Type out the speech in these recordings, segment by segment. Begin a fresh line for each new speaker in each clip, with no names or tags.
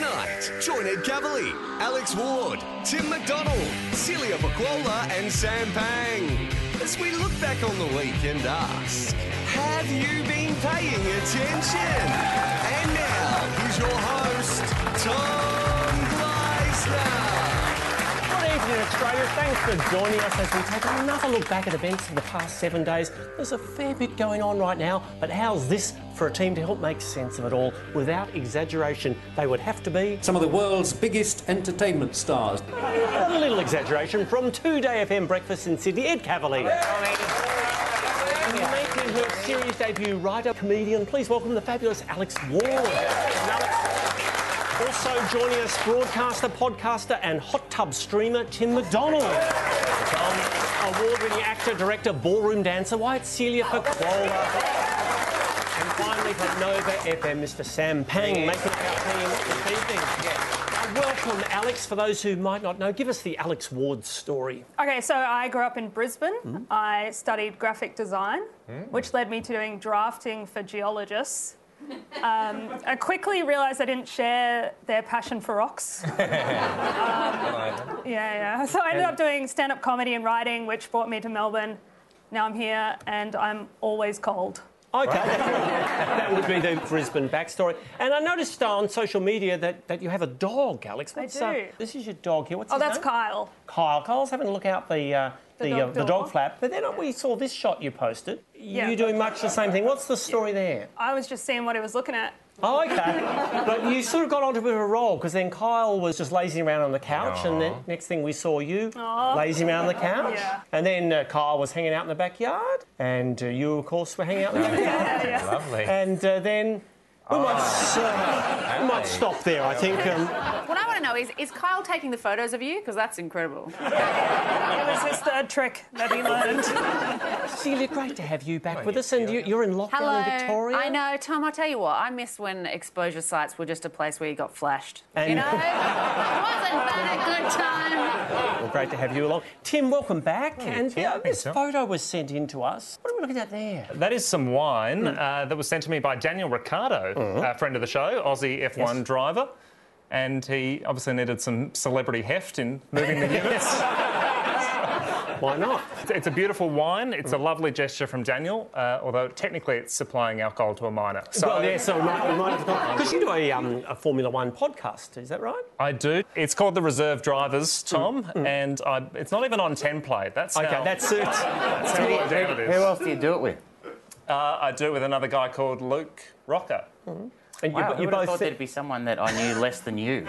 Matt, join Ed Cavalier, Alex Ward, Tim McDonald, Celia Bakwola, and Sam Pang as we look back on the week and ask, have you been paying attention? And now is your host, Tom Gleisner.
Good evening, Australia. Thanks for joining us as we take another look back at events of the past seven days. There's a fair bit going on right now, but how's this for a team to help make sense of it all? Without exaggeration, they would have to be
some of the world's biggest entertainment stars.
a little exaggeration from two day FM breakfast in Sydney, Ed Cavalier. And Making her series debut writer, comedian, please welcome the fabulous Alex Ward. Also joining us, broadcaster, podcaster, and hot tub streamer Tim McDonald. Um, Award-winning actor, director, ballroom dancer, Wyatt Celia Pacola. And finally, from Nova FM, Mr. Sam Pang, making up our team this evening. Uh, Welcome, Alex. For those who might not know, give us the Alex Ward story.
Okay, so I grew up in Brisbane. I studied graphic design, which led me to doing drafting for geologists. Um, I quickly realised I didn't share their passion for rocks. Um, yeah, yeah. So I ended up doing stand up comedy and writing, which brought me to Melbourne. Now I'm here and I'm always cold.
Okay, that would be the Brisbane backstory. And I noticed on social media that, that you have a dog, Alex. uh,
do.
this is your dog here. What's
Oh,
his
that's
name?
Kyle.
Kyle. Kyle's having a look out the uh, the,
The
uh,
dog
the dog
door.
flap. But then we saw this shot you posted.
Yeah.
You doing much the same thing. What's the story there?
I was just seeing what he was looking at.
Oh, okay. but you sort of got onto a bit of a roll because then Kyle was just lazing around on the couch, and then next thing we saw you
Aw.
lazing around on the couch.
Yeah.
And then uh, Kyle was hanging out in the backyard, and uh, you, of course, were hanging out in the backyard.
Lovely.
And uh, then we might, uh, we might stop there, I think. Um,
What I want to know is, is Kyle taking the photos of you? Because that's incredible.
It was his third trick that he learned.
Celia, great to have you back with us. And you, you're in lockdown in Victoria.
I know, Tom. I'll tell you what. I miss when exposure sites were just a place where you got flashed.
And-
You know, wasn't that a good time?
Well, great to have you along. Tim, welcome back. and yeah, this
Tim.
photo was sent in to us. What are we looking at there?
That is some wine uh, that was sent to me by Daniel Ricciardo, a friend of the show, Aussie F1
Yes.
driver. And he obviously needed some celebrity heft in moving the units.
Why not?
It's- It's a beautiful wine. It's a lovely gesture from Daniel, uh, although technically it's supplying alcohol to a minor. So
well, yeah, so we might, we might have got. Because you do a, um, a Formula One podcast, is that right?
I do. It's called the Reserve Drivers, Tom, and I, it's not even on 10 play. That's
Okay,
how,
that's it.
that's how low down it is.
Who else do you do it with?
Uh, I do it with another guy called Luke Rocker.
And
Wow,
you,
you
you
both
both.
thought
thi-
there'd be someone that I knew less than you.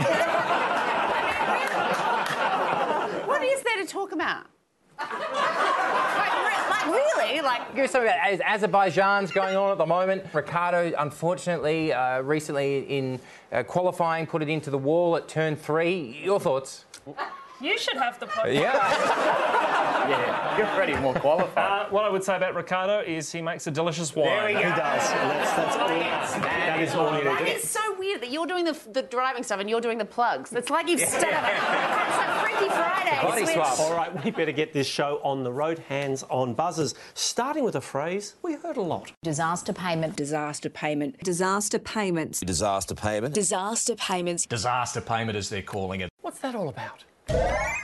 What is there to talk about? like, re- like, really? Like,
Give us something about Az- Azerbaijan's going on at the moment. Ricardo, unfortunately, uh, recently in uh, qualifying, put it into the wall at turn three. Your thoughts?
You should have the podcast.
Yeah. yeah, you're already more qualified.
Uh, what I would say about Ricardo is he makes a delicious wine.
There we
He
go.
does. That's, that's all. That is all you need.
that is so weird that you're doing the, the driving stuff and you're doing the plugs. It's like you've set up. It's like Freaky Friday.
Body
switch.
swap.
All right, we better get this show on the road, hands on buzzers, starting with a phrase we heard a lot.
Disaster payment. Disaster payment.
Disaster payments.
disaster payment.
Disaster payments.
disaster payment, as they're calling it.
What's that all about?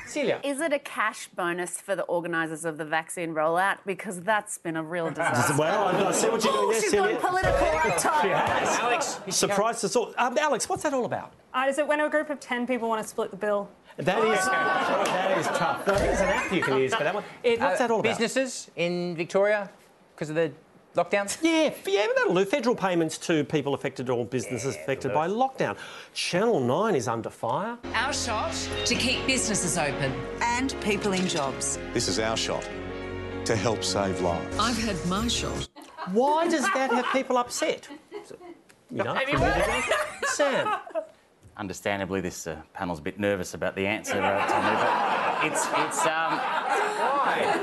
Celia.
Is it a cash bonus for the organisers of the vaccine rollout? Because that's been a real disaster.
Well, I I see what you're doing
Oh,
there,
she's gone
Celia.
political on top.
Alex, surprise us all. Um, Alex, what's that all about?
Uh, is it when a group of 10 people want to split the bill?
That is, that is tough. There's an app you can use for that one. Ed, what's that all about?
Businesses in Victoria because of the lockdowns?
Yeah, f- yeah, that'll do. Federal payments to people affected or businesses affected by lockdown. Channel 9 is under fire.
Our shot to keep businesses open and people in jobs.
This is our shot to help save lives.
I've had my shot.
Why does that have people upset? You know, Sam.
Understandably, this uh, panel's a bit nervous about the answer, uh, Tommy, but it's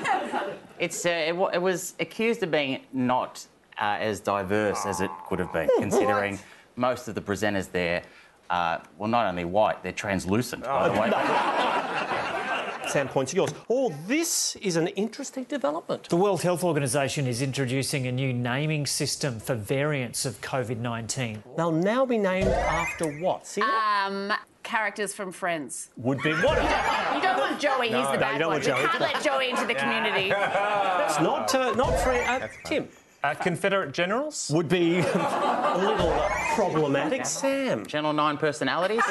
it's um, It's uh, it, wa- it was accused of being not uh, as diverse as it could have been, considering most of the presenters there. Uh, well, not only white, they're translucent. By the way.
Sam points are yours. Oh, this is an interesting development.
The World Health Organization is introducing a new naming system for variants of COVID 19.
They'll now be named after what? Celia?
Um, characters from Friends.
Would be what?
You don't want Joey.
No,
He's
no,
the
you
bad
don't
one.
want Joey.
You can't let Joey into the community.
It's not uh, not free. Uh, Tim.
Uh, Confederate generals
would be a little uh, problematic. Sam.
Channel 9 personalities.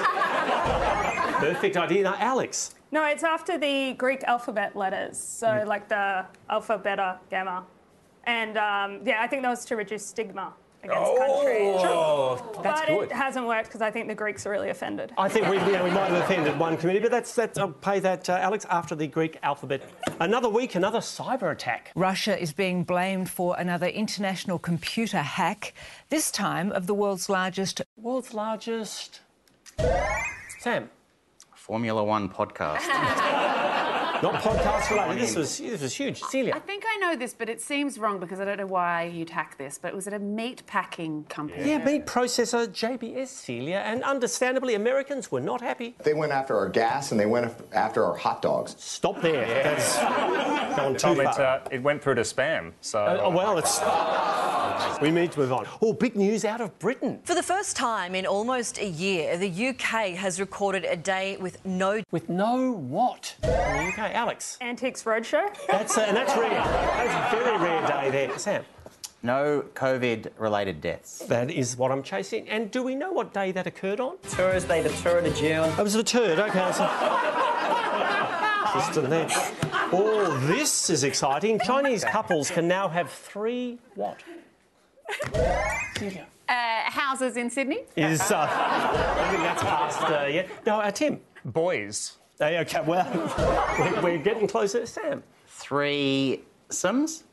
Perfect idea. Now, Alex.
No, it's after the Greek alphabet letters, so
Mm.
like the alpha, beta, gamma, and um, yeah, I think that was to reduce stigma against countries.
Oh, that's
but
good.
it hasn't worked because I think the Greeks are really offended.
I think we, yeah, we might have offended one community, but that's that's. I'll pay that, uh, Alex. After the Greek alphabet, another week, another cyber attack.
Russia is being blamed for another international computer hack, this time of the world's largest.
World's largest. Sam.
Formula One podcast.
Not podcast related. This was this was huge. Celia.
I think I know this, but it seems wrong because I don't know why you'd hack this. But it was at a meat packing company.
Yeah, meat processor JBS, Celia, and understandably, Americans were not happy.
They went after our gas and they went af- after our hot dogs.
Stop there. That's gone too
Tom, it,
far.
uh, it went through to spam. So
Uh, oh, well, it's. we need to move on. Oh, big news out of Britain.
For the first time in almost a year, the UK has recorded a day with no.
With no what? In the UK, Alex.
Antiques Roadshow.
That's uh, and that's rare. That's a very rare day there, Sam.
No COVID-related deaths.
That is what I'm chasing. And do we know what day that occurred on?
Thursday, the 3rd of June.
It was the turd. Okay. So... Just in there. Oh, this is exciting. Chinese couples can now have three what?
Uh, houses in Sydney.
Is uh, I think that's past uh, yet. No, uh, Tim.
Boys.
Hey, okay. Well, we're, we're getting closer. Sam.
Three Sims.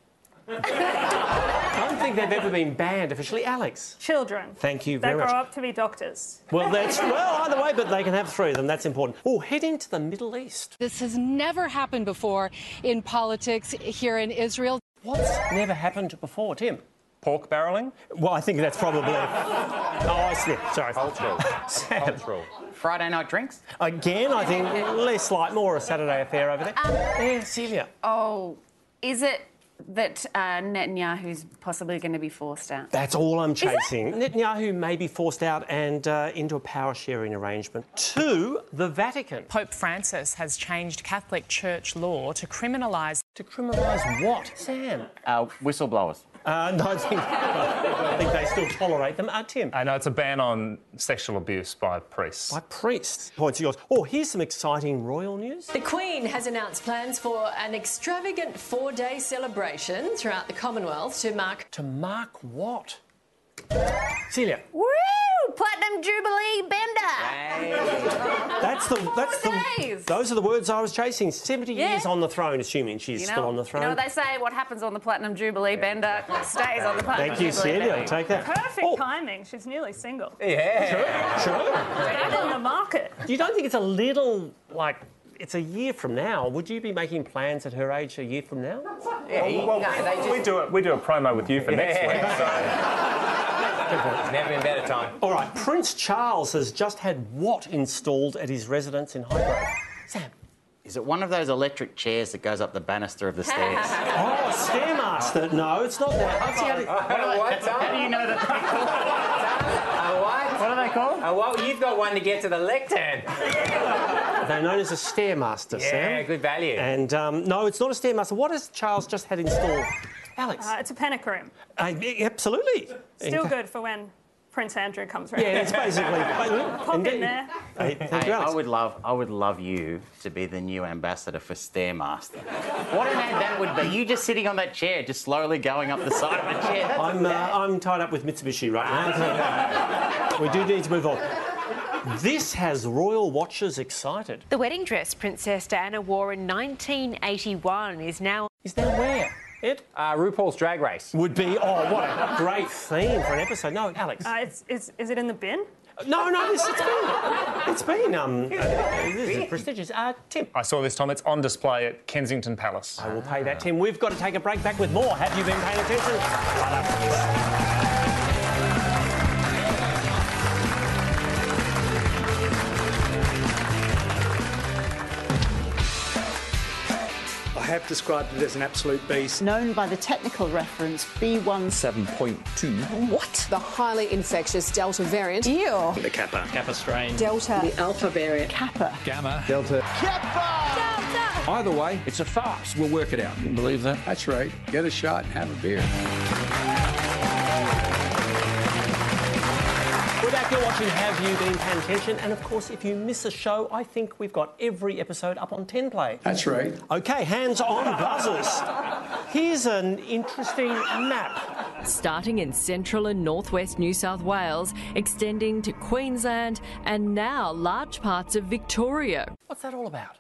I don't think they've ever been banned officially. Alex.
Children.
Thank you
They
very
grow
much.
up to be doctors.
Well, that's well either way, but they can have three of them. That's important. Oh, head into the Middle East.
This has never happened before in politics here in Israel.
What's never happened before, Tim?
Pork barrelling?
Well, I think that's probably. oh, I slipped. Sorry. Cultural.
Cultural. Friday night drinks.
Again, I think less like more a Saturday affair over there. yeah, Celia.
Oh, is it that uh, Netanyahu's possibly going to be forced out?
That's all I'm chasing. Netanyahu may be forced out and uh, into a power sharing arrangement. To the Vatican.
Pope Francis has changed Catholic Church law to criminalise.
To criminalise what, Sam?
Uh, whistleblowers.
Uh, no, I think, I think they still tolerate them. Uh, Tim.
I know it's a ban on sexual abuse by priests.
By priests. Points are yours. Oh, here's some exciting royal news.
The Queen has announced plans for an extravagant four day celebration throughout the Commonwealth to mark.
To mark what? Celia.
Woo! Platinum Jubilee Bender.
That's the. That's the.
days.
Those are the words I was chasing. Seventy
Yeah.
years on the throne, assuming she's
You
still
know-
on the throne.
You know what they say? What happens on the Platinum Jubilee Bender stays on the Platinum
Thank you,
Jubilee
Celia.
Bender.
I'll take that. Oh,
Perfect timing. She's nearly single.
True.
Back on the market.
You don't think it's a little like it's a year from now? Would you be making plans at her age a year from now?
Well, well, we, do a, we do a promo with you for next week.
Never been better time.
All right. Prince Charles has just had what installed at his residence in Highgrove? Sam.
Is it one of those electric chairs that goes up the banister of the stairs?
Oh, stairmaster. No, it's not that. That's the other-
How do you know that? A what?
What are they called?
Uh,
A what? You've got one to get to the lectern.
They're known as a stairmaster, Sam.
Yeah, good value.
And um, no, it's not a stairmaster. What has Charles just had installed? Alex.
Uh, it's a panic room.
Uh, absolutely.
Still good for when Prince Andrew comes round.
Yeah, it's basically.
Pop in there.
Hey, thank
Hey,
you,
I
Alex.
would love, I would love you to be the new ambassador for Stairmaster. What an ad that would be! You just sitting on that chair, just slowly going up the side of a chair. That's
I'm, uh, I'm tied up with Mitsubishi right now. we do need to move on. This has royal watchers excited.
The wedding dress Princess Diana wore in 1981 is now.
Is now where? Ed?
Uh, RuPaul's Drag Race.
Would be, oh, what a great theme for an episode. No, Alex.
Uh, it's, is, is it in the bin?
No, no, this, it's been, it's been, um, uh, this is prestigious. Uh, Tim.
I saw this, Tom. It's on display at Kensington Palace.
Oh.
I will pay that, Tim. We've got to take a break back with more. Have you been paying attention? Right after this.
I have I've described it as an absolute beast.
Known by the technical reference B17.2.
What? The highly infectious Delta variant. Ew.
The Kappa. Kappa strain.
Delta.
The Alpha variant.
Kappa.
Gamma.
Delta.
Kappa! Delta!
Either way, it's a farce. We'll work it out.
Believe that?
That's right. Get a shot and have a beer.
We're back. You're watching Have You Been Paying Attention? And of course, if you miss a show, I think we've got every episode up on 10 Play.
That's right.
Okay, hands on buzzers. Here's an interesting map.
Starting in central and northwest New South Wales, extending to Queensland, and now large parts of Victoria.
What's that all about?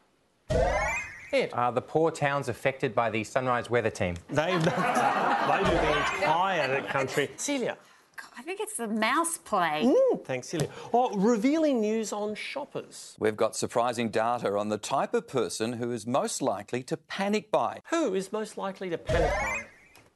Ed. Uh, the poor towns affected by the Sunrise Weather Team.
They, they do the entire country. Celia.
I think it's the mouse play.
Mm, thanks, Celia. Oh, revealing news on shoppers.
We've got surprising data on the type of person who is most likely to panic buy.
Who is most likely to panic buy?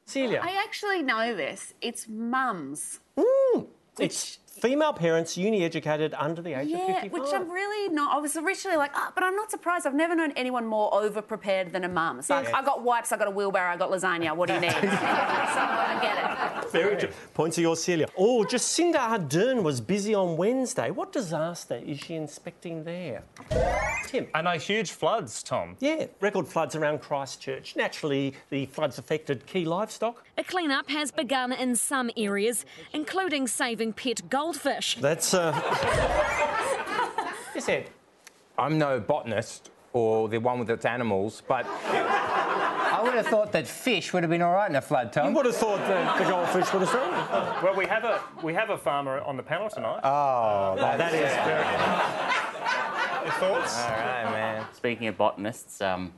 Celia.
I actually know this. It's mums.
Mm, it's female parents, uni educated under the age
yeah,
of 55.
which I'm really not. I was originally like, oh, but I'm not surprised. I've never known anyone more over prepared than a mum. So yeah. I, I got wipes, I got a wheelbarrow, I got lasagna. What do you need? so I get
it. Very true. Points of yours, Celia. Oh, Jacinda Ardern was busy on Wednesday. What disaster is she inspecting there? Tim.
I know huge floods, Tom.
Yeah, record floods around Christchurch. Naturally, the floods affected key livestock.
A clean-up has begun in some areas, including saving pet gold goldfish.
That's uh Yes, Ed.
I'm no botanist or the one with its animals, but I would have thought that fish would have been all right in a flood, Tom.
You would have thought that the goldfish would have thrown.
Well, we have a we have a farmer on the panel tonight.
Oh,
uh, that is
very. Your thoughts?
All right, man.
Speaking of botanists, um,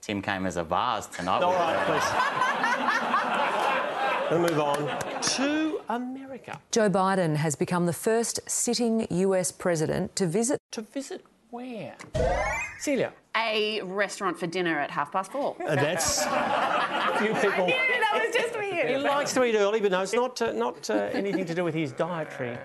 Tim came as a vase tonight.
All right, please. we'll move on to America.
Joe Biden has become the first sitting US president to visit.
To visit where? Celia.
A restaurant for dinner at half past four.
Uh, that's few people.
I knew that was just for you.
He likes to eat early, but no, it's not uh, not uh, anything to do with his dietary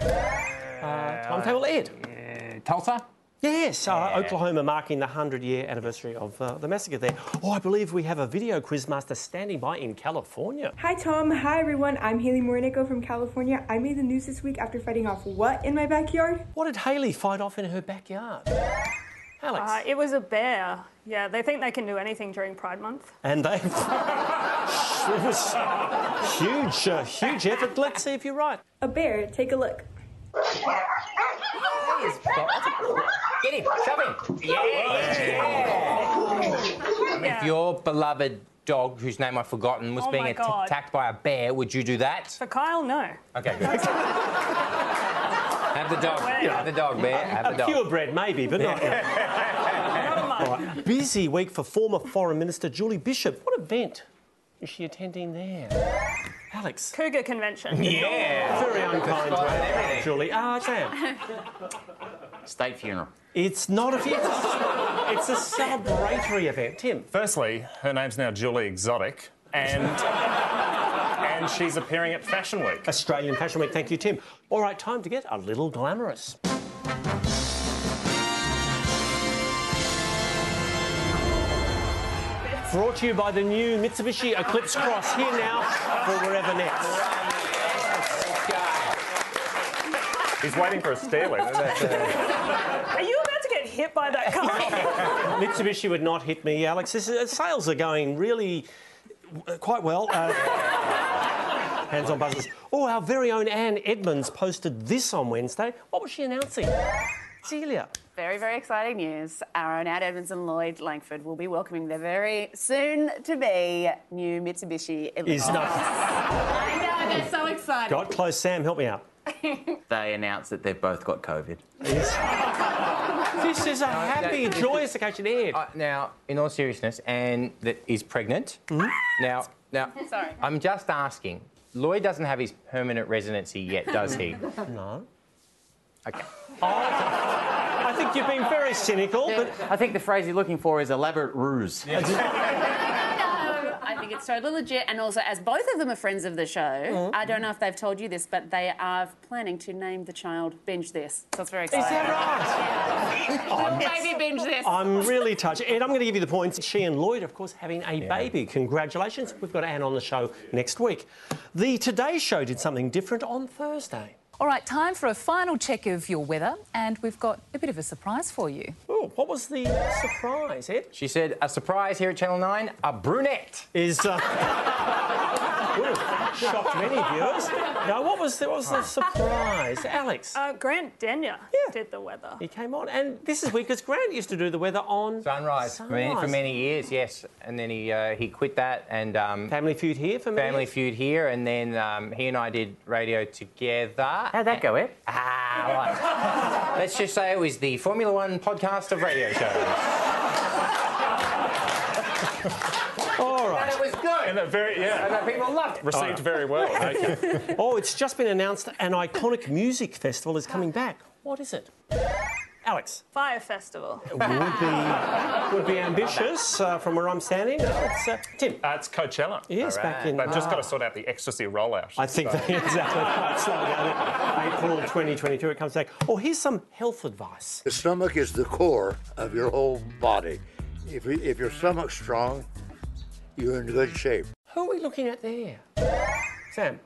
timetable. Ed.
Tulsa.
Ah. Yes, uh, yeah. Oklahoma marking the 100 year anniversary of uh, the massacre there. Oh, I believe we have a video quizmaster standing by in California.
Hi, Tom. Hi, everyone. I'm Haley Morinico from California. I made the news this week after fighting off what in my backyard?
What did Haley fight off in her backyard? Alex.
Uh, it was a bear. Yeah, they think they can do anything during Pride Month.
And they. it was huge, uh, huge effort. Let's see if you're right.
A bear. Take a look.
Get him, shove him. Yeah. yeah. yeah. If your beloved dog, whose name I've forgotten, was
oh
being att- attacked by a bear, would you do that?
For Kyle, no.
Okay. have the dog. Yeah. Have the dog, bear. Have the dog.
Purebred, maybe, but not. right. Busy week for former Foreign Minister Julie Bishop. What event is she attending there? Alex.
Cougar convention.
Yeah.
Very unkind way, Julie. Ah, Sam.
State funeral.
It's not a funeral. it's a celebratory event. Tim.
Firstly, her name's now Julie Exotic, and. and she's appearing at Fashion Week.
Australian Fashion Week, thank you, Tim. All right, time to get a little glamorous. brought to you by the new Mitsubishi Eclipse Cross. Here now for wherever next.
He's waiting for a stealing.
Are you about to get hit by that car?
Mitsubishi would not hit me, Alex. This is, uh, sales are going really uh, quite well. Uh, hands on buzzers. Oh, our very own Anne Edmonds posted this on Wednesday. What was she announcing? Celia.
Very, very exciting news. Our own Ad Evans and Lloyd Langford will be welcoming their very soon to be new Mitsubishi Eclipse.
Is not.
I know, they're so excited.
Got close, Sam, help me out.
they announced that they've both got COVID.
this is a happy, joyous occasion, Ed.
Uh, now, in all seriousness, Anne that is pregnant. Mm-hmm. Now, now,
Sorry.
I'm just asking. Lloyd doesn't have his permanent residency yet, does he?
No.
Okay.
I think you've been very cynical, but
I think the phrase you're looking for is elaborate ruse.
Yeah. no, I think it's totally legit. And also, as both of them are friends of the show,
Mm-hmm.
I don't know if they've told you this, but they are planning to name the child Binge This. So it's very exciting.
that right?
Little baby Binge This.
I'm really touched. Ed, I'm going to give you the points. She and Lloyd, of course, having a baby. Congratulations. We've got Anne on the show next week. The Today Show did something different on Thursday.
All right, time for a final check of your weather, and we've got a bit of a surprise for you.
Oh, what was the surprise, Ed?
She said, a surprise here at Channel 9, a brunette.
Is. Uh... Ooh, shocked many viewers. Now, what was the, what was the surprise, Alex?
Uh, Grant Denyer did the weather.
He came on, and this is weird because Grant used to do the weather on
Sunrise, for many- for
Sunrise.
many years, yes. And then he uh, he quit that and um,
Family Feud here for me.
Family Feud here, and then um, he and I did radio together. How'd
that go, Ed?
Ah, right. Let's just say it was the Formula One podcast of radio shows.
All right.
it was good.
And that very, yeah.
And that people loved it.
Received very well.
Okay. oh, it's just been announced an iconic music festival is coming back. What is it? Alex.
Fire Festival.
Would be, would be ambitious uh, from where I'm standing. It's, uh, Tim.
Uh, it's Coachella.
Yes, back in-
They've just
Ah.
got to sort out the ecstasy rollout.
I think that, exactly. That's not about it. April 2022, it comes back. Oh, here's some health advice.
The stomach is the core of your whole body. If, if your stomach's strong, you're in good shape.
Who are we looking at there? Sam.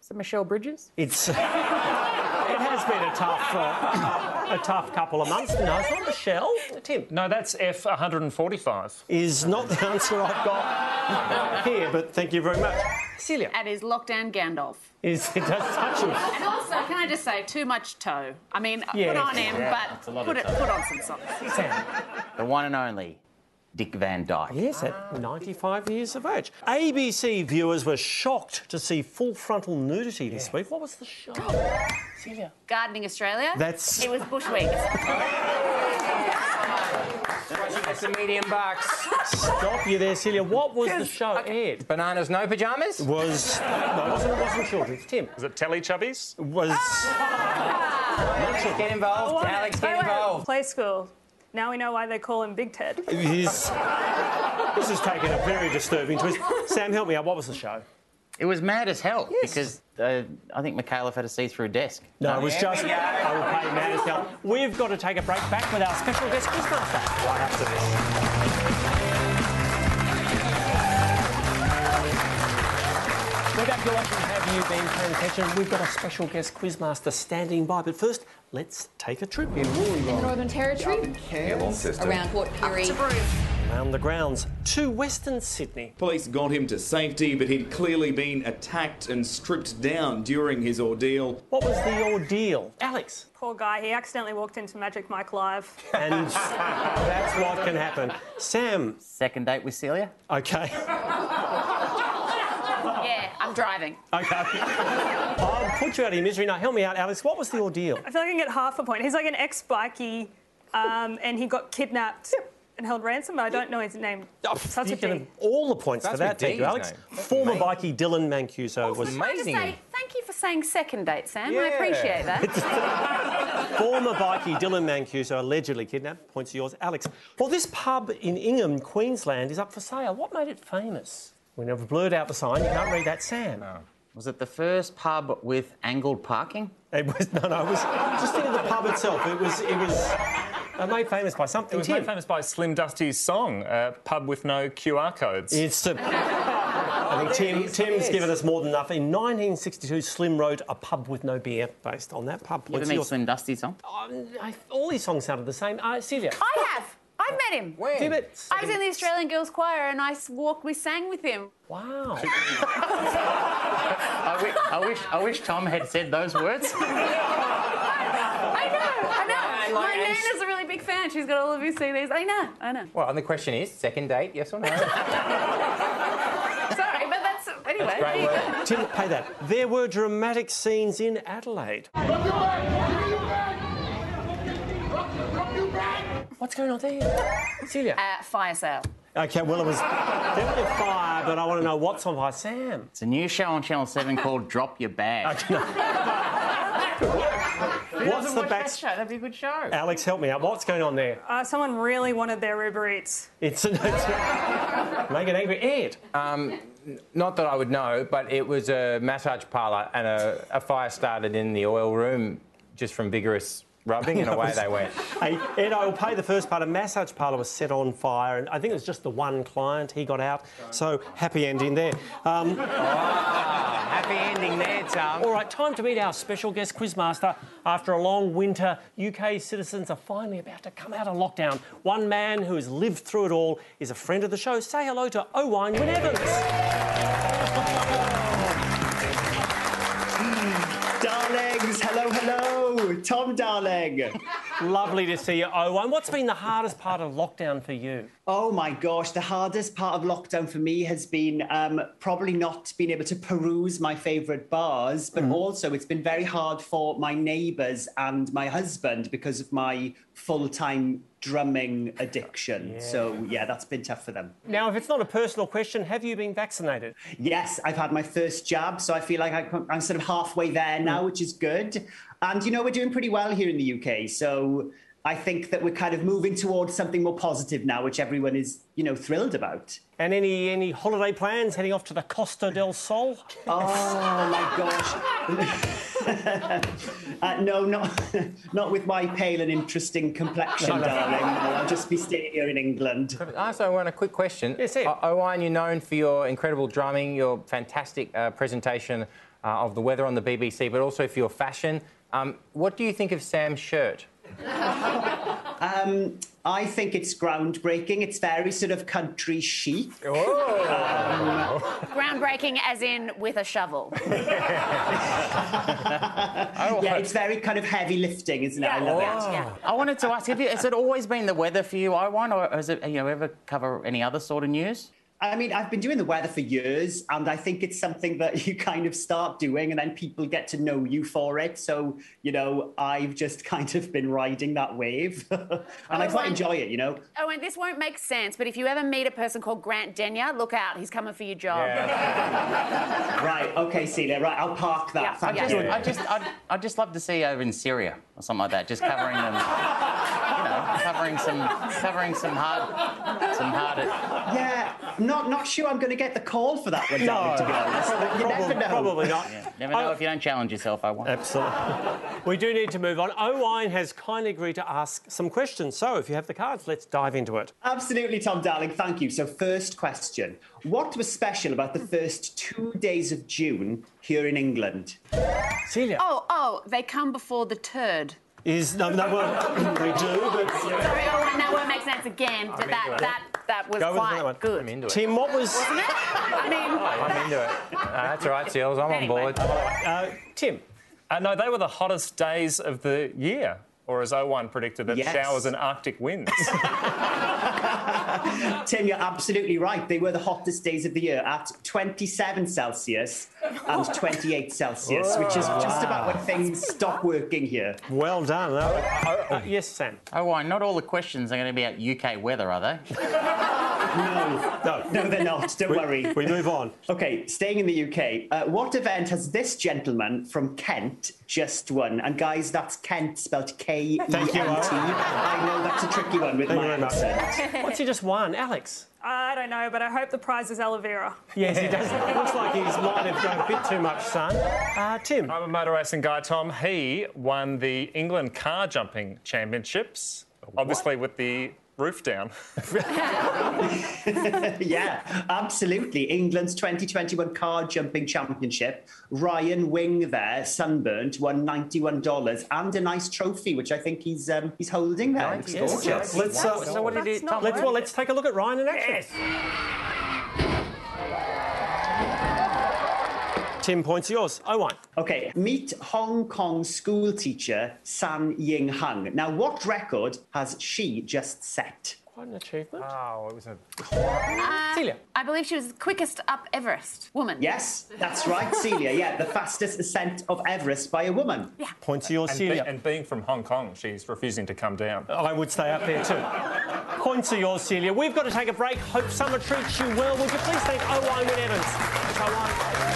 So Michelle Bridges.
It's. it has been a tough, uh, a tough couple of months. No, it's not Michelle. Tim.
No, that's F145.
Is not the answer I've got here, but thank you very much. Celia.
That is lockdown Gandalf.
Is it does touch you.
And also, can I just say, too much toe. I mean,
Yes.
put on him,
Yeah,
it's a
but
lot
put, it,
of toe.
put on some socks.
The one and only Dick Van Dyke.
Yes, at 95 years of age. ABC viewers were shocked to see full frontal nudity this week. What was the show?
Gardening Australia.
That's-
It was bush week.
That's a medium box.
Stop you there, Celia. What was the show aired?
Bananas, no pajamas.
Was no, it wasn't, it wasn't children's. Tim
Is it Teletubbies?
was
Get
Oh,
involved, Alex. Get involved.
Play school. Now we know why they call him Big Ted.
his. This has taken a very disturbing twist. Sam, help me out. What was the show?
It was mad as hell because uh, I think McAuliffe had a see-through desk.
No, it was just.
we go.
I will play man as hell. We've got to take a break. Back with our special guest quizmaster.
Right after this.
We're back. You're watching. Have you been paying attention? We've got a special guest quizmaster standing by. But first, let's take a trip
in the Northern Territory. Around Port Pirie.
around the grounds to Western Sydney.
Police got him to safety, but he'd clearly been attacked and stripped down during his ordeal.
What was the ordeal, Alex?
Poor guy, he accidentally walked into Magic Mike Live.
And that's what can happen. Sam.
Second date with Celia.
Okay.
yeah, I'm driving.
Okay. I'll put you out of your misery. Now, help me out, Alex. What was the ordeal?
I feel like I can get half a point. He's like an ex bikie um, and he got kidnapped and held ransom, but I don't know his name.
Oh,
so that's
you
a
can
D.
have all the points for
Starts
that. Thank
with D,
you,
his
Alex.
name.
Former bikie Dylan Mancuso was
Can I just
Amazing.
say thank you for saying second date, Sam? I
Yeah.
appreciate that.
former bikie Dylan Mancuso allegedly kidnapped. Points are yours, Alex. Well, this pub in Ingham, Queensland, is up for sale. What made it famous? We never blurred out the sign. You can't read that, Sam.
Was it the first pub with angled parking?
It was no, no. It was just think of the pub itself. It was, it was uh, made famous by something.
It was
Tim.
made famous by Slim Dusty's song, uh, Pub with No QR Codes.
It's the. I think Tim, Tim's given us more than enough. In 1962, Slim wrote A Pub with No Beer based on that pub.
You ever
What's
meet
yours?
Slim Dusty song?
Um, I, all these songs sounded the same. Uh, Celia.
I have. I've met him.
Tim, it's-
I was in the Australian Girls Choir and I s- walked, we sang with him.
Wow.
I, wi- I wish I wish Tom had said those words.
I know, I know.
like-
My Nana's a really big fan. She's got all of his CDs. I know, I know.
Well, and the question is, second date, yes or no?
Sorry, but that's. Anyway.
Great work.
Tim, pay that. There were dramatic scenes in Adelaide. What's going on there? Celia.
Uh, fire sale.
Okay, well, it was definitely a fire, but I want to know what's on fire. Sam.
It's a new show on Channel Seven called Drop Your Bag.
Okay, no.
Everyone
What's the
watch
back-
that show. That'd be a good show.
Alex, help me out. What's going on there?
Uh, someone really wanted their Uber Eats.
It's, it's make it angry, Ed.
Um, n- not that I would know, but it was a massage parlour, and a, a fire started in the oil room just from vigorous rubbing, and
That
away
was-
they went.
Hey, Ed, I will pay the first part. A massage parlour was set on fire, and I think it was just the one client. He got out, so happy ending there. Um,
Ah, happy ending there, Tom.
All right, time to meet our special guest quizmaster. After a long winter, UK citizens are finally about to come out of lockdown. One man who has lived through it all is a friend of the show. Say hello to Owain Wynne Evans.
Darlings, hello, hello. Tom Darling.
Lovely to see you, Owain. What's been the hardest part of lockdown for you?
Oh my gosh, the hardest part of lockdown for me has been um, probably not being able to peruse my favourite bars, but also it's been very hard for my neighbours and my husband because of my full time drumming addiction. So, yeah, that's been tough for them.
Now, if it's not a personal question, have you been vaccinated?
Yes, I've had my first jab, so I feel like I, I'm sort of halfway there now, which is good. And you know, we're doing pretty well here in the UK, so I think that we're kind of moving towards something more positive now, which everyone is, you know, thrilled about.
And any any holiday plans heading off to the Costa del Sol?
Oh my gosh. Uh, no, not not with my pale and interesting complexion, darling. I'll just be staying here in England.
I also want a quick question. Yes, sir. Owen, you're known for your incredible drumming, your fantastic uh, presentation uh, of the weather on the BBC, but also for your fashion. Um, what do you think of Sam's shirt?
Um, I think it's groundbreaking. It's very sort of country chic. Um,
Groundbreaking, as in with a shovel.
yeah, it's very kind of heavy lifting, isn't it? I love it.
I wanted to ask, have you, has it always been the weather for you, Iwan, or has it, you know, ever cover any other sort of news?
I mean, I've been doing the weather for years, and I think it's something that you kind of start doing, and then people get to know you for it. So, you know, I've just kind of been riding that wave, and I quite enjoy it, you know.
Oh, and this won't make sense, but if you ever meet a person called Grant Denyer, look out, he's coming for your job.
Right, okay, Celia, right, I'll park that.
Yeah,
Thank
yeah.
you.
I just, I'd, I'd just love to see you over in Syria or something like that, just covering them, you know, covering some, covering some hard, some hard.
Yeah, not not sure I'm going to get the call for that one,
No,
darling, to be honest.
probably-
you never
probably-
know.
Probably not.
Yeah, never know if you don't challenge yourself. I
Uh,
want.
Oh, Absolutely. we do need to move on. Owain has kindly agreed to ask some questions. So if you have the cards, let's dive into it.
Absolutely, Tom Darling. Thank you. So, first question What was special about the first two days of June here in England?
Celia.
Oh, oh, they come before the turd.
Is no, no, well, we do, but
Sorry, oh, and that won't make sense again, but
I'm
that,
into it.
that, that was
Go with
quite
another one.
good.
I'm into it.
Tim, what was?
Wasn't it? I mean,
I'm into it. Uh, that's all right, Seals. I'm on board.
Uh, Tim.
Uh, no, they were the hottest days of the year, or as Owen predicted, that
Yes.
showers and Arctic winds.
Tim, you're absolutely right. They were the hottest days of the year at 27 Celsius and 28 Celsius, which is just about when things stop working here.
Well done. Uh, yes, Sam.
Oh, why? Not all the questions are going to be about UK weather, are they?
No, no, no, they're not. Don't worry.
We move on.
Okay, staying in the UK, uh, what event has this gentleman from Kent just won? And guys, that's Kent spelled K E N T.
Thank you, Owen.
I know that's a tricky one with
Thank you
my
very much.
accent.
What's he just won, Alex?
I don't know, but I hope the prize is aloe vera.
Yes, he does. It looks like he's might have done a bit too much sun. Uh, Tim.
I'm a motor racing guy, Tom. He won the England car jumping championships, obviously with the roof down.
yeah, absolutely. England's 2021 car jumping championship. Ryan Wing there, sunburnt, won $91 and a nice trophy, which I think he's um, he's holding there. Looks
Yes,
gorgeous.
yes. Let's, uh,
So what did he do, Tom?
Let's, well, let's take a look at Ryan in action. Tim, points yours. Oh, one.
Okay, meet Hong Kong school teacher San Ying Hung. Now, what record has she just set?
Quite an achievement.
Oh, it was a.
Celia.
I believe she was the quickest up Everest woman.
Yes, that's right, Celia. Yeah, the fastest ascent of Everest by a woman. Yeah.
Points yours,
and,
Celia.
be- and being from Hong Kong, she's refusing to come down.
I would stay up there too. Points are yours, Celia. We've got to take a break. Hope summer treats you well. Would you please thank Owen and Evans? Owen.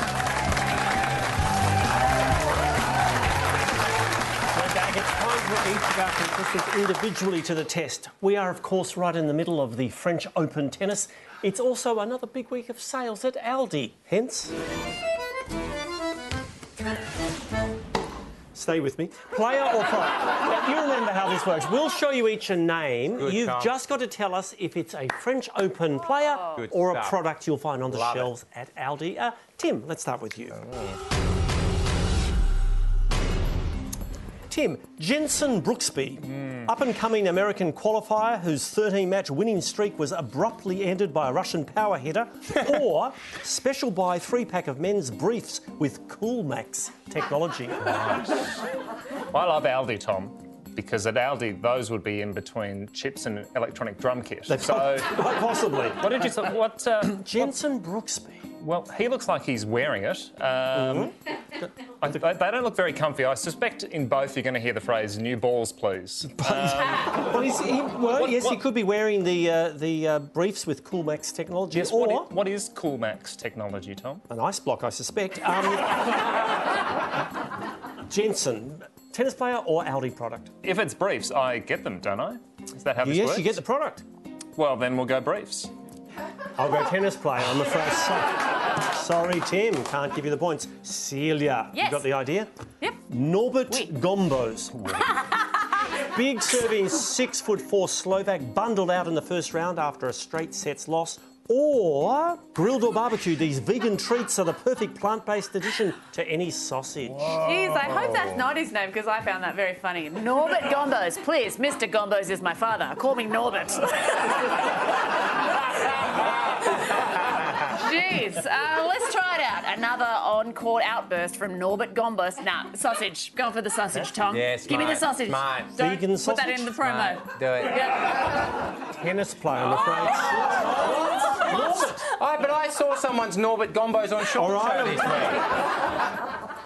We're back. It's each of our contestants individually to the test. We are, of course, right in the middle of the French Open tennis. It's also another big week of sales at Aldi, hence. Stay with me. Player or player? you remember how this works. We'll show you each a name.
Good
You've
stuff.
just got to tell us if it's a French Open player
Good
or a
stuff.
product you'll find on the
Love it.
shelves at Aldi. Uh, Tim, let's start with you. Tim, Jensen Brooksby, up and coming American qualifier whose 13 match winning streak was abruptly ended by a Russian power hitter, or special buy three pack of men's briefs with Coolmax technology.
I love Aldi, Tom, because at Aldi those would be in between chips and electronic drum kit. so
quite possibly.
What did you say? What? Uh,
Jensen Brooksby.
Well, he looks like he's wearing it. Um, I- they they don't look very comfy. I suspect in both you're going to hear the phrase "new balls, please." Um,
Well, he's, he, well
What-
yes, he
what-
could be wearing the uh, the uh, briefs with Coolmax technology,
yes.
or
What i- what is Coolmax technology, Tom?
an ice block, I suspect. Um, Jensen, tennis player or Aldi product?
If it's briefs, I get them, don't I? Is that how this
yes,
works?
you get the product.
Well, then we'll go briefs.
I'll go tennis player. I'm afraid. So- Sorry, Tim, can't give you the points. Celia,
Yes.
you got the idea?
Yep.
Norbert Gombos. Big serving six foot four Slovak bundled out in the first round after a straight sets loss. Or grilled or barbecue, these vegan treats are the perfect plant based addition to any sausage.
Jeez, I hope that's not his name because I found that very funny. Norbert Gombos, please. Mr. Gombos is my father. Call me Norbert. Jeez, uh, let's try it out. Another on-court outburst from Norbert Gombos. Nah, sausage. Go for the sausage, Tom.
Yes,
Give me the
mate,
sausage.
mate.
Don't
Vegan
put
sausage?
that in the promo.
Mate, do it.
Tennis player, I'm afraid.
Oh, but I saw someone's Norbert Gombos on Short Show this week.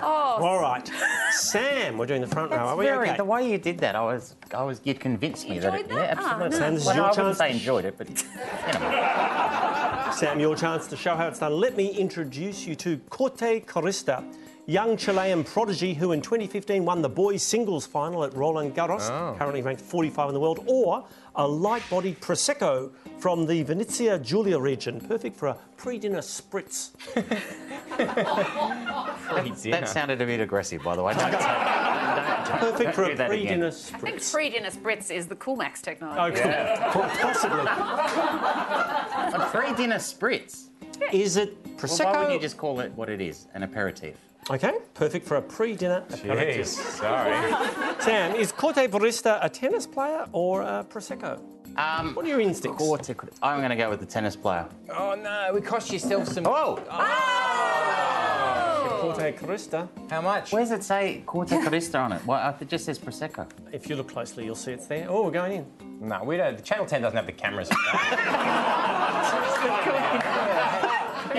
Oh,
All right. Sam, we're doing the front row, are we?
Very-
Okay.
The way you did that, I was, I was, you convinced me that it, yeah,
that? Ah,
absolutely.
Sam, this is
Well,
your
I wouldn't
chance
say
to-
enjoyed it, but
Sam, your chance to show how it's done. Let me introduce you to Corte Corista, young Chilean prodigy who in 2015 won the boys' singles final at Roland Garros,
Oh.
currently ranked 45 in the world, or a light bodied Prosecco from the Venezia Giulia region, perfect for a pre dinner spritz.
that, that sounded a bit aggressive, by the way. Don't-
Perfect for
do
a
that
pre dinner
I think
spritz.
free dinner spritz is the Coolmax technology.
Okay, possibly.
A free dinner spritz.
Is it Prosecco?
Well, why wouldn't you just call it what it is, an aperitif?
Okay, perfect for a pre dinner aperitif.
sorry.
Sam, is Corte Barista a tennis player or a Prosecco?
Um,
what are your instincts?
I'm going to go with the tennis player.
Oh no, we cost yourself some. Oh!
Oh!
Oh,
Corte Corista.
How much?
Where does it say Corte Corista on it? Well, I- it just says Prosecco.
If you look closely, you'll see it's there. Oh, we're going in.
No, we don't. Channel 10 doesn't have the cameras. for that.
You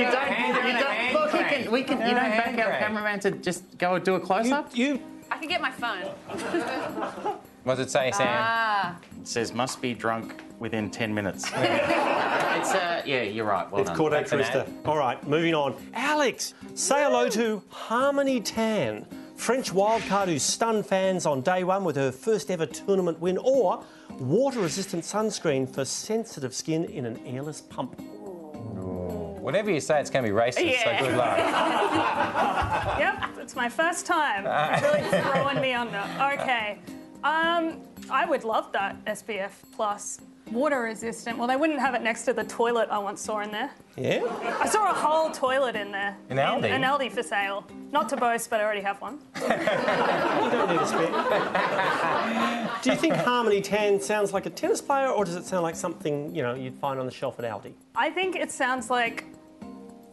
don't.
hand
you
crank,
don't
hand
look, you
crank.
can, we can.
Do
You
a
don't back
hand
our
crank.
cameraman to just go do a close up.
You.
I can get my phone.
What does it say,
Uh,
Sam?
ah,
It says must be drunk within 10 minutes. it's uh, yeah, you're right. Well
It's
done.
called
That's an
Actrista.
ad.
All right, moving on. Alex, say hello to Harmony Tan, French wildcard who stunned fans on day one with her first ever tournament win, or water resistant sunscreen for sensitive skin in an airless pump.
Whatever you say, it's going to be racist.
Yeah.
So good luck.
Yep, it's my first time.
Ah.
It's really throwing me under. Okay. Um, I would love that SPF plus. Water resistant. Well, they wouldn't have it next to the toilet I once saw in there.
Yeah?
I saw a whole toilet in there.
In Aldi?
An Aldi for sale. Not to boast, but I already have one.
You don't need a spare. Do you think Harmony Tan sounds like a tennis player, or does it sound like something you know you'd find on the shelf at Aldi?
I think it sounds like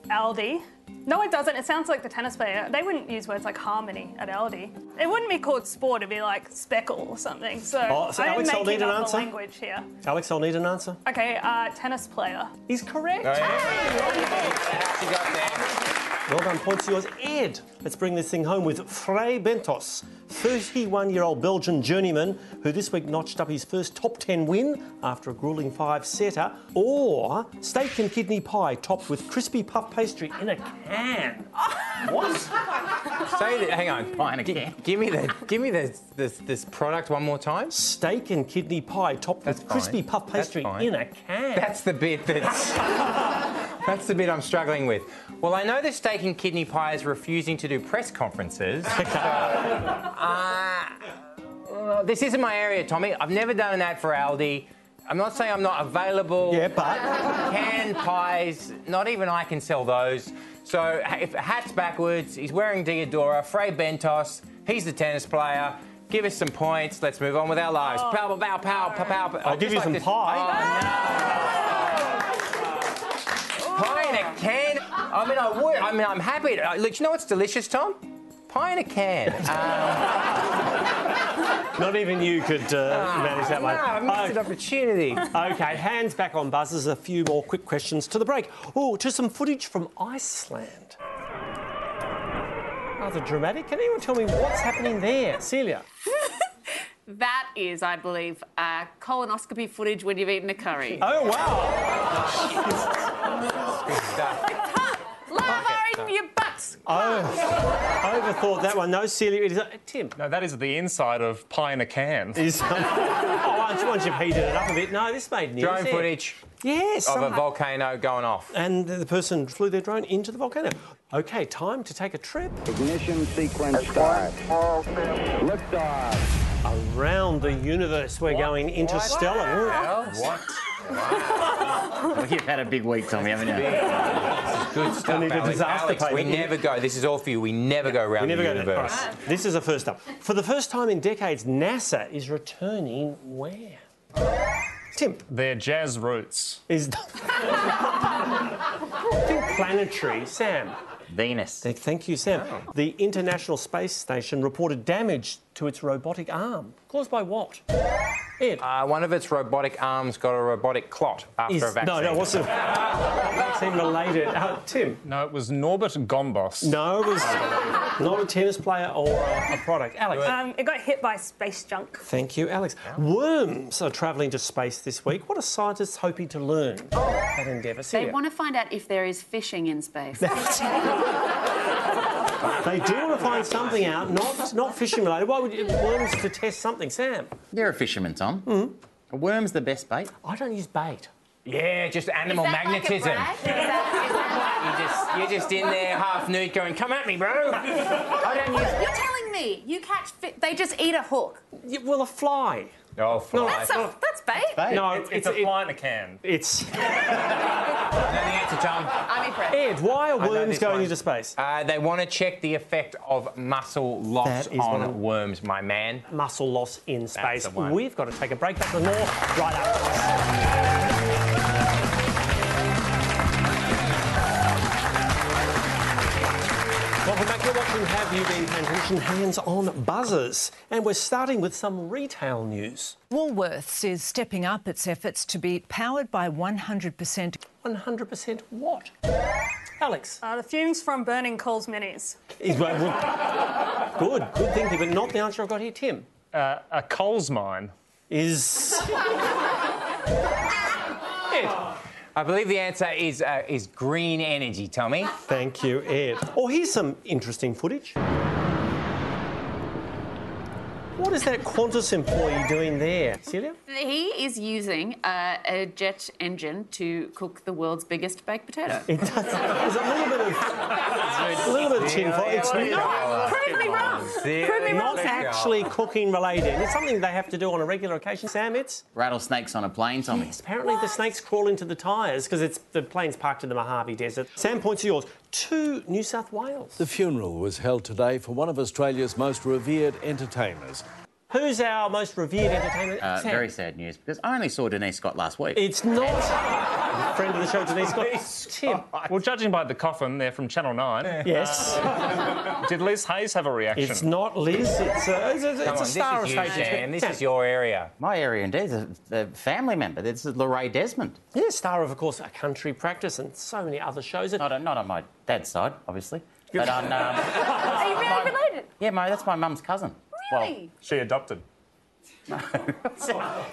Aldi. No, it doesn't. It sounds like the tennis player. They wouldn't use words like harmony at Aldi. It wouldn't be called sport. It'd be like speckle or something. So,
Oh, so
I'm
Alex, I'll
making
need an
up
answer.
the language here.
Alex, I'll need an answer.
Okay, uh, tennis player.
He's correct.
Oh, yeah. She got that.
Well done, points yours. Ed, let's bring this thing home with Frey Bentos, 31 year old Belgian journeyman who this week notched up his first top 10 win after a grueling five setter, or steak and kidney pie topped with crispy puff pastry in a can. What?
Say that, hang on. Gi- give me the, give me the, this, this product one more time.
Steak and kidney pie topped with crispy puff pastry in a can.
That's the bit that's. That's the bit I'm struggling with. Well, I know the steak and kidney pie is refusing to do press conferences. so, uh, well, this isn't my area, Tommy. I've never done an ad for Aldi. I'm not saying I'm not available.
Yeah, but
canned pies, not even I can sell those. So ha- if hats backwards, he's wearing Diadora, Frey Bentos, he's the tennis player. Give us some points. Let's move on with our lives. Pow, pow, pow, pow, pow, pow, pow.
I'll give
Just
you
like
some
this. Oh, no. Pie in a can. I mean, I would. I mean, I'm happy. To, uh, look, you know what's delicious, Tom? Pie in a can.
Not even you could uh, manage that one.
Ah, no, I missed an opportunity.
Okay, hands back on buzzers. A few more quick questions to the break. Oh, to some footage from Iceland. Rather dramatic. Can anyone tell me what's happening there, Celia?
That is, I believe, uh, colonoscopy footage when you've eaten a curry.
Oh wow!
Lava in your butts.
Oh, overthought that one. No, Celia, it is. Tim.
No, that is the inside of pie in a can.
Is oh, once, once you've heated it up a bit. No, this made news.
Drone
yeah.
footage.
Yes.
Of a
somehow.
volcano going off.
and the person flew their drone into the volcano. Okay, time to take a trip.
Ignition sequence start. Liftoff.
Around the universe, we're going interstellar.
What? Well, you've had a big week, Tommy, haven't you?
Good stuff.
need a
Alex.
disaster
Alex,
pay,
We
don't we?
never go. This is all for you. We never go around
We never
the
go there. All
universe.
right. This is a first up. For the first time in decades, NASA is returning where? Tim.
Their jazz roots.
Is think planetary, Sam.
Venus.
Th- Thank you, Sam. The International Space Station reported damage to its robotic arm. Caused by what? Ed.
Uh, one of its robotic arms got a robotic clot after
Is-
a vaccine.
No, no, it wasn't. vaccine related. Uh, Tim.
No, it was Norbert Gombos.
No, it was not a tennis player or a, a product. Alex.
Um, it got hit by space junk.
Thank you, Alex. Worms are travelling to space this week. What are scientists hoping to learn from that endeavour?
They
Celia?
want to find out if there is fishing in space.
They do want to find something out, not not fishing related. Why would you, worms to test something, Sam?
You're a fisherman, Tom. Mm. A worm's the best bait.
I don't use bait.
Yeah, just animal
that like a
magnetism.
brag? Is that- is that-
you're just you're just in there half nude going, come at me, bro. I don't use.
You're telling me you catch fi- they just eat a hook.
Yeah, well, a fly.
Oh, fly.
That's a, that's bait.
No,
it's, it's
it's-
a fly in a can.
It's
Know the answer, Tom.
I'm impressed.
Ed. Why are
I know
worms
this
going
one.
into space?
Uh, they want to check the effect of muscle loss
That is one of-
on worms, my man.
Muscle loss in space.
the one.
We've got to take a break. Back with more right after this. Welcome back. You're watching Have You Been Paying Attention? Hands on buzzers. And we're starting with some retail news.
Woolworths is stepping up its efforts to be powered by 100%.
100% what? Alex.
Uh, the fumes from burning Coles minis.
Is- well, well, good, good thinking, but not the answer I've got here, Tim.
Uh, a coal's mine.
Is. Ed.
I believe the answer is uh, is green energy, Tommy.
Thank you, Ed. Or here's some interesting footage. What is that Qantas employee doing there, Celia?
He is using uh, a jet engine to cook the world's biggest baked potato.
It does. There's a little bit of. A little bit of tin foil. It's not,
Prove me wrong. Prove me wrong,
not
Sam.
actually cooking related. It's something they have to do on a regular occasion. Sam, it's.
Rattlesnakes on a plane, Tommy.
Apparently, the snakes crawl into the tyres because it's the plane's parked in the Mojave Desert. Sam, points are yours. To New South Wales.
The funeral was held today for one of Australia's most revered entertainers.
Who's our most revered entertainment?
Uh,
Sam.
very sad news because I only saw Denise Scott last week.
It's not. Friend of the show, Denise Scott. Tim.
Well, judging by the coffin, they're from Channel 9.
Yes.
Uh, did Liz Hayes have a reaction?
It's not Liz, it's a, it's a, it's
Come
a
on,
star
this is
of
you,
stage.
Jan, this is
your area. My area indeed. The, the family member. This is Lorraine Desmond.
Yeah, star of, of course, a country practice and so many other shows. Not,
not on my dad's side, obviously. But on, um,
Are you really related?
yeah, my, that's my mum's cousin.
Really?
she adopted.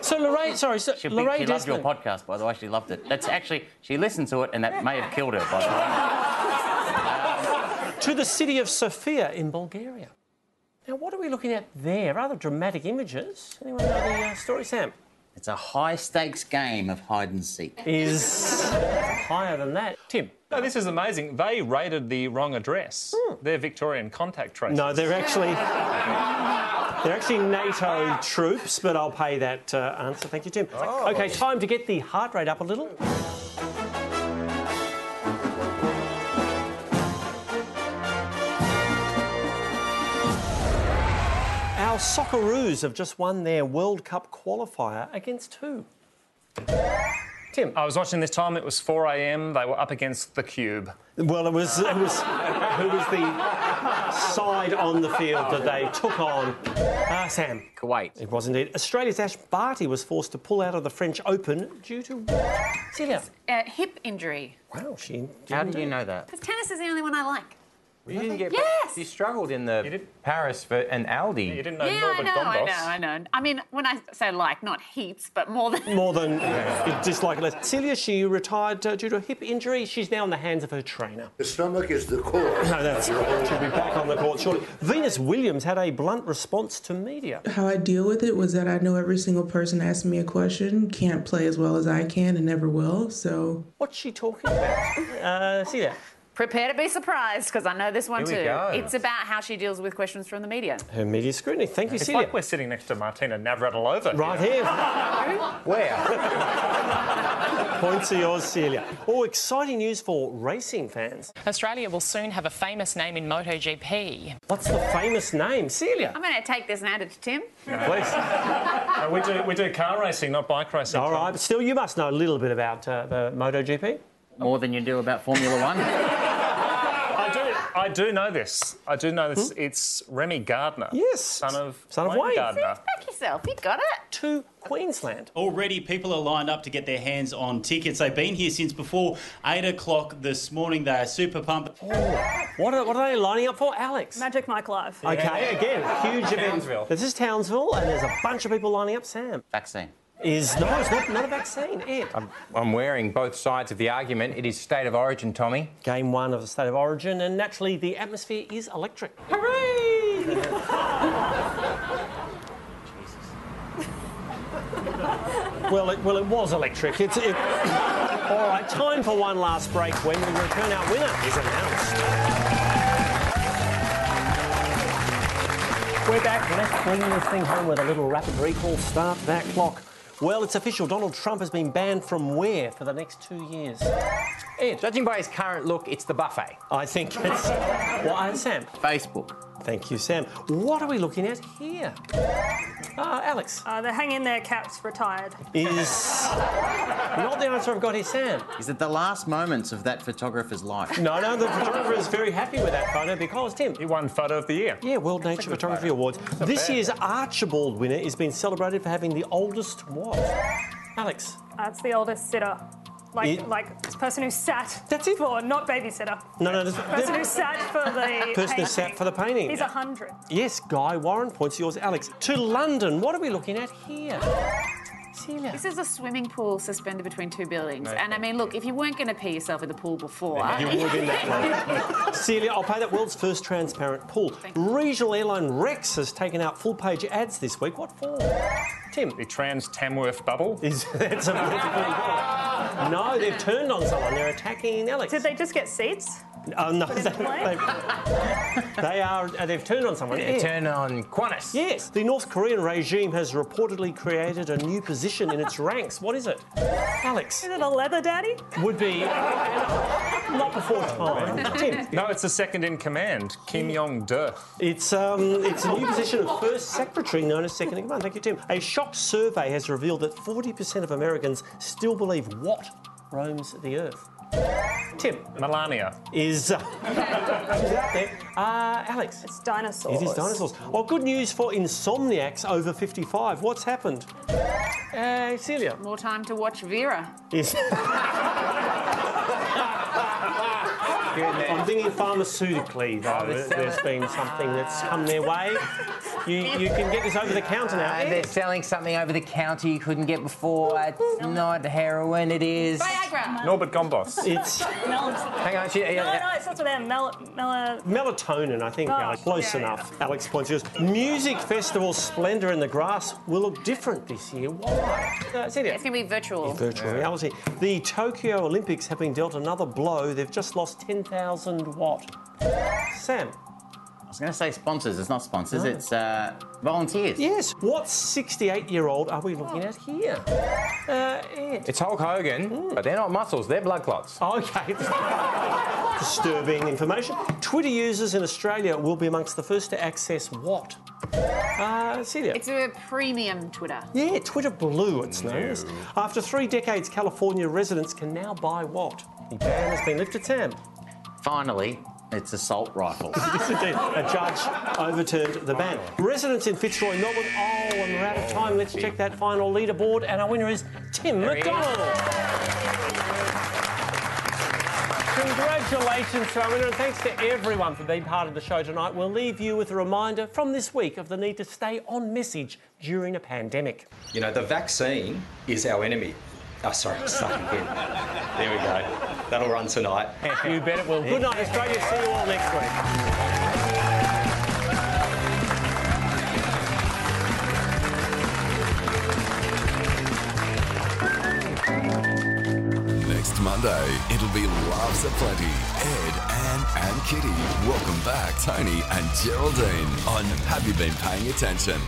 so Lorraine, sorry, so
she,
Lorraine
she loved your
Desmond.
podcast, by the way. She loved it. That's actually she listened to it, and that may have killed her. By the way,
to the city of Sofia in Bulgaria. Now, what are we looking at there? Rather dramatic images. Anyone know the uh, story, Sam?
it's a high stakes game of hide and seek.
Is higher than that. Tim.
No, this is amazing. They raided the wrong address. They're Victorian contact tracers.
Hmm. No, they're actually they're actually NATO troops, but I'll pay that uh, answer. Thank you, Tim.
Oh.
Okay, time to get the heart rate up a little. Our Socceroos have just won their World Cup qualifier against who? Tim.
I was watching this time. It was 4 a.m. They were up against the cube.
Well, it was it was who was the side on the field that they took on? Ah, Sam.
Kuwait.
It was indeed. Australia's Ash Barty was forced to pull out of the French Open due to Celia.
Uh, hip injury.
Wow, she.
How did you know that?
Because tennis is the only one I like.
You didn't get.
Yes.
You struggled in the Paris for an Aldi. You
didn't
yeah, I know, I know, I know. I mean, when I say like, not heaps, but more than.
More than you dislike less. Celia, she retired uh, due to a hip injury. She's now in the hands of her trainer.
The stomach is the core.
No, that's She'll be back on the court shortly. Venus Williams had a blunt response to media.
How I deal with it was that I know every single person asking me a question can't play as well as I can and never will. So
What's she talking about? Uh, Celia.
Prepare to be surprised, because I know this one
Here we
too.
go.
It's about how she deals with questions from the media.
Her media scrutiny. Thank you,
It's
Celia.
like we're sitting next to Martina Navratilova.
Right here.
Where?
Points are yours, Celia. Oh, exciting news for racing fans.
Australia will soon have a famous name in MotoGP.
What's the famous name? Celia.
I'm going to take this and hand it to Tim.
Please. Uh, we, do, we do car racing, not bike racing.
All right, but still, you must know a little bit about uh, uh, MotoGP.
More than you do about Formula One.
I do, I do know this. I do know this. It's Remy Gardner. Hmm? Yes. Son of,
son of Wayne.
Gardner.
Back yourself. You got it.
To Queensland.
Already, people are lined up to get their hands on tickets. They've been here since before 8 o'clock this morning. They are super pumped.
What are, what are they lining up for, Alex?
Magic Mike Live.
Okay, again, huge event.
Townsville.
This is Townsville, and there's a bunch of people lining up. Sam
Vaccine.
is no, it's not, not a vaccine. Ed.
I'm, I'm wearing both sides of the argument. It is state of origin, Tommy.
Game one of the state of origin, and naturally, the atmosphere is electric. Well, it, well, it was electric. It's it. All right, time for one last break. When we return, our winner is announced. We're back. Let's bring this thing home with a little rapid recall. Start that clock. Well, it's official. Donald Trump has been banned from where for the next two years?
Judging by his current look, it's the buffet.
I think it's. Well, I- Sam.
Facebook.
Thank you, Sam. What are we looking at here? Uh, Alex.
Uh, they hang in there, Caps retired.
Is not the answer I've got here, Sam.
Is it the last moments of that photographer's life?
No, no, the photographer is very happy with that photo because, Tim. He
won Photo of the Year.
Yeah, World Nature Photography Awards. This year's Archibald winner is being celebrated for having the oldest what? Alex.
That's the oldest sitter. Like,
Yeah.
like this person who sat.
That's it.
For, not babysitter.
No, no, this
Person who sat for the.
Person who sat
painting.
for the painting.
He's a hundred.
Yes, Guy Warren. Points yours, Alex. To London. What are we looking at here? Celia.
This is a swimming pool suspended between two buildings. and I mean, look, if you weren't going to pee yourself in the pool before.
You would in that one. Celia, I'll pay that world's first transparent pool. Regional airline Rex has taken out full page ads this week. What for? Tim.
The Trans Tamworth bubble.
Is that's a No, they've turned on someone. They're attacking Alex.
Did they just get seats?
Oh no, they, they- they are. uh, They've turned on someone.
They
Yeah.
turn on Qantas.
Yes, the North Korean regime has reportedly created a new position in its ranks. What is it? Alex
Is it a leather daddy?
would be. Not before time. Tim.
No, it's the second in command, Kim Yong De.
It's um, it's a new position of first secretary, known as second in command. Thank you, Tim. A shocked survey has revealed that 40% of Americans still believe what roams the earth. Tim.
Melania.
Is uh, she's out there. Uh, Alex.
It's dinosaurs.
It is dinosaurs. Well, good news for insomniacs over 55. What's happened? Uh, Celia.
More time to watch Vera.
Is I'm thinking pharmaceutically, though.
they're selling-
There's been something that's come their way. You, you can get this over the counter now.
Uh, they're selling something over the counter you couldn't get before. It's not heroin, it is.
Viagra.
Norbert Gombos.
It's
Mel-
Hang on, she-
no,
yeah,
Oh, no, it's not them. Mel, Mel,
Melatonin, I think,
Oh,
Alex. Close
yeah,
enough. Alex points yours. Music festival Splendour in the Grass will look different this year. Why? That's it.
It's going to be virtual.
Virtual reality. The Tokyo Olympics have been dealt another blow. They've just lost 10,000 watt. Sam.
I was going to say sponsors. It's not sponsors.
No.
It's uh, volunteers.
Yes. What 68 year old are we looking at here? Uh, yeah.
It's Hulk Hogan,
Hmm.
but they're not muscles, they're blood clots.
Okay. Disturbing information. Twitter users in Australia will be amongst the first to access what? Uh, Celia.
It's a premium Twitter.
Yeah, Twitter Blue, it's known as. After three decades, California residents can now buy what? The ban has been lifted, Sam.
Finally, it's assault rifles.
Yes, indeed. A judge overturned the ban. Residents in Fitzroy, Melbourne. Oh, and we're out of time. Let's check that final leaderboard. And our winner is Tim
There he is.
McDonald. Congratulations to our winner, and thanks to everyone for being part of the show tonight. We'll leave you with a reminder from this week of the need to stay on message during a pandemic.
You know, the vaccine is our enemy. Oh, sorry, stuck again. There we go. That'll run tonight.
You bet it will. Good night, Australia. See you all next week.
Next Monday, it'll be Laughs Aplenty. Ed, Ann, and Kitty. Welcome back, Tony and Geraldine, on Have You Been Paying Attention?